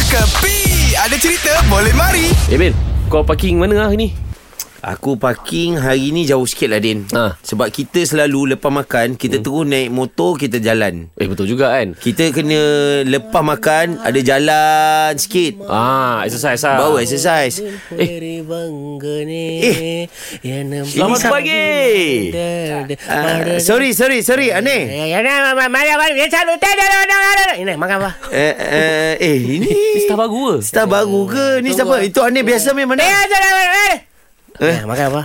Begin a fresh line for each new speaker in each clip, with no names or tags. Kepi Ada cerita boleh mari
Eh Ben Kau parking mana ah hari ni?
Aku parking hari ni jauh sikit lah Din
Ha.
ha. Sebab kita selalu lepas makan Kita hmm. terus naik motor kita jalan
Eh betul juga kan
Kita kena lepas makan Ada jalan sikit
Ah, exercise lah
Baru exercise Eh.
Eh. Eh.
Selamat
Ini
pagi
uh, Sorry sorry sorry Aneh
Ini makan apa?
Eh, eh, eh ini
Start baru ke?
Star baru ke? Ni siapa? Itu Aneh biasa main mana?
Eh, makan apa?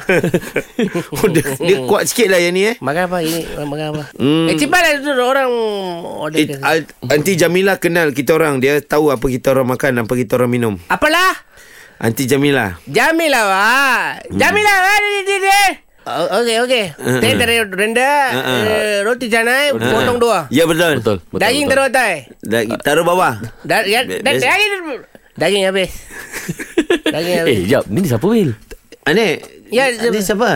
Oh, dia, dia kuat sikit lah yang ni eh
Makan apa ini? Makan apa? Eh, cepatlah tu orang order.
It, Al- Eh, Aunty Jamila kenal kita orang Dia tahu apa kita orang makan Apa kita orang minum
Apalah?
Aunty Jamila
Jamilah wah. Jamilah wah. Di, di, di. O- Okey okey. Teh dari rendah,
Uh-uh.
eh, roti canai potong dua.
Ya betul
Betul, betul
Daging
betul.
taruh atas.
Dah- Taruh bawah
Da, ya,
Be-
da,
biasa.
daging daging habis. daging habis.
Eh jap Ni siapa Bil?
Anik
Ya,
Anik ah, siapa?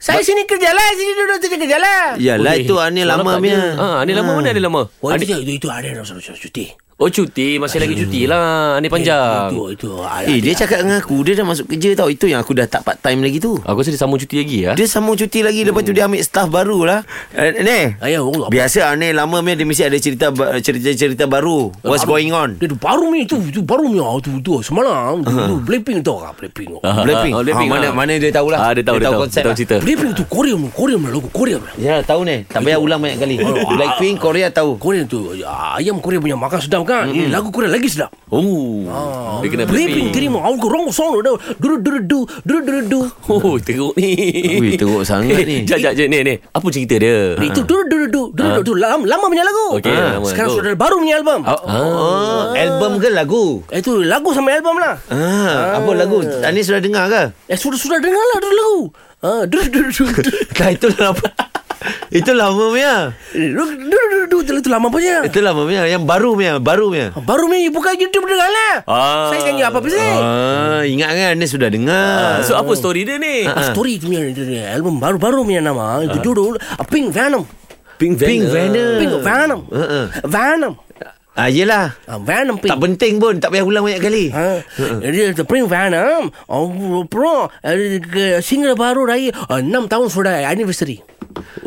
Saya sini kerja lah, sini duduk sini kerja lah.
Yalah
Boleh.
Ya, itu Anik
Salam
lama
kat
punya
dia. Ah, Ani lama mana ada lama?
Oh,
Ani-
itu, itu, itu ada yang suruh cuti.
Oh cuti Masih lagi cuti lah Ani
Itu,
panjang
itu ada.
Eh dia cakap dengan aku Dia dah masuk kerja tau Itu yang aku dah tak part time lagi tu
Aku rasa dia sambung cuti lagi ya.
Dia sambung cuti lagi Lepas tu dia ambil staff baru lah Anik
Ayah, Allah.
Biasa Anik lama punya Dia mesti ada cerita ba- cerita-cerita baru What's going on
Dia tu baru ni, tu, tu baru ni, ah, tu, tu, semalam, tu, tu, Blackpink tau kah, Blackpink. Oh.
Blackpink.
Ah, Blackpink,
Ah, mana-
ah.
mana dia tahulah.
Ah, dia tahu, dia,
Dia tahu
tahu.
konsep
Dia tahu
lah.
cerita.
Blackpink tu Korean, Korean lah, lagu Korean lah.
Ya tahu ni Tak payah ulang banyak kali
Oh,
Blackpink Korea tahu
Korean tu, ah, ayam Korea punya makan sedap kan? Eh, lagu Korea lagi sedap.
Oh.
Ah.
Dia kena briefing.
Blackpink terima, aku rong song dah, duru duru du, duru duru du.
Oh, teruk ni.
Ui, teruk sangat ni.
Jap jap jap ni ni. Apa cerita dia?
Itu dulu dulu dulu dulu dulu lama lama punya lagu.
Okey,
Ah.
lama
Sekarang
lagu.
sudah baru punya album.
Ah, ah.
Oh, album ke lagu?
Eh, Itu lagu sama album lah.
Ah, apa lagu? Anis sudah dengar ke?
Eh sudah sudah dengar lah dulu lagu. Ah, dulu dulu dulu
Dah itu lama. itu lama punya.
dulu dulu dulu dulu itu lama punya.
Itu lama punya. Yang baru punya, baru punya.
Ah, Baru ni buka YouTube dengar lah.
Ah.
Saya tanya apa pasal?
Ah, ingat kan Anis sudah
Ah,
dengar.
So apa story dia ni?
Ah, Story tu punya dia- dia album baru-baru punya nama itu judul ah, Pink Venom.
Pink
Pink Venom.
Pink Venom.
Uh-uh.
Venom.
Ah, yelah.
Ah, Venom Pink.
Tak penting pun. Tak payah ulang banyak kali.
Ah,
Ha, dia tu Prince Venom. Oh, pro. Eh, ke- Single baru raya 6 tahun sudah anniversary.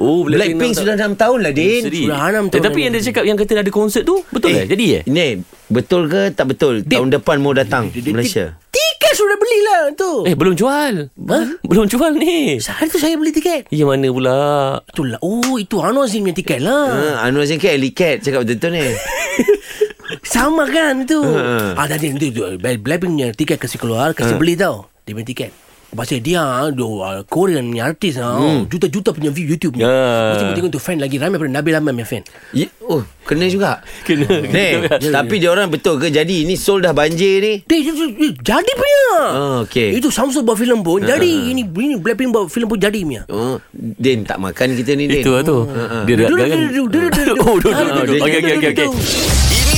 Oh,
Blackpink sudah 6 tahun lah, Din.
Sedih.
Sudah enam
Eh,
tahun
tapi
ni.
yang dia cakap yang kata ada konsert tu betul eh? Jadi eh?
Ni, betul ke tak betul? Tahun depan mau datang Malaysia.
Tiket sudah belilah tu.
Eh belum jual.
Ha?
Belum jual ni.
Sehari tu saya beli tiket.
Ya mana pula?
Itulah. Oh, itu Anwar Azim punya tiket lah.
Ah, Anwar Zain Cat, Ellie Cat cakap betul tu ni.
Sama kan tu.
Ha.
Ah, tadi tu, tu Blackpink punya tiket kasi keluar,
Ha.
kasi beli tau. Dia punya tiket. Pasal dia, dia uh, Korean punya artis ah, juta-juta punya view YouTube ni.
Hmm. Ya.
Mesti tengok tu fan lagi ramai daripada Nabil Ahmad punya fan.
Ye- oh, kena juga.
Kena.
Ni, tapi dia orang betul ke jadi ni Seoul dah banjir ni?
Dia, dia, dia, dia jadi punya.
Ah,
Oh,
eh.
okey.
Itu Samsung buat filem pun
Ha,
jadi. Ini ini Blackpink buat filem pun jadi punya.
Oh, Din tak makan kita ni, Din.
Itu lah tu. Dia dah
Eh, ha, Duduk,
dah kan.
duduk, duduk, duduk.
Oh, duduk,
Ah,
duduk.
duduk,
Okey okey
duduk,
okey okey.
duduk.
Ini